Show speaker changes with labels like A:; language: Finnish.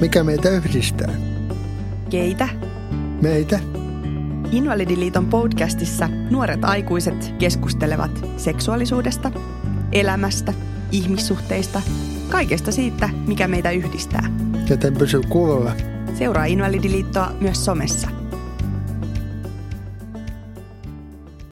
A: Mikä meitä yhdistää?
B: Keitä?
A: Meitä?
B: Invalidiliiton podcastissa nuoret aikuiset keskustelevat seksuaalisuudesta, elämästä, ihmissuhteista, kaikesta siitä, mikä meitä yhdistää.
A: Joten pysy kuulolla.
B: Seuraa Invalidiliittoa myös somessa –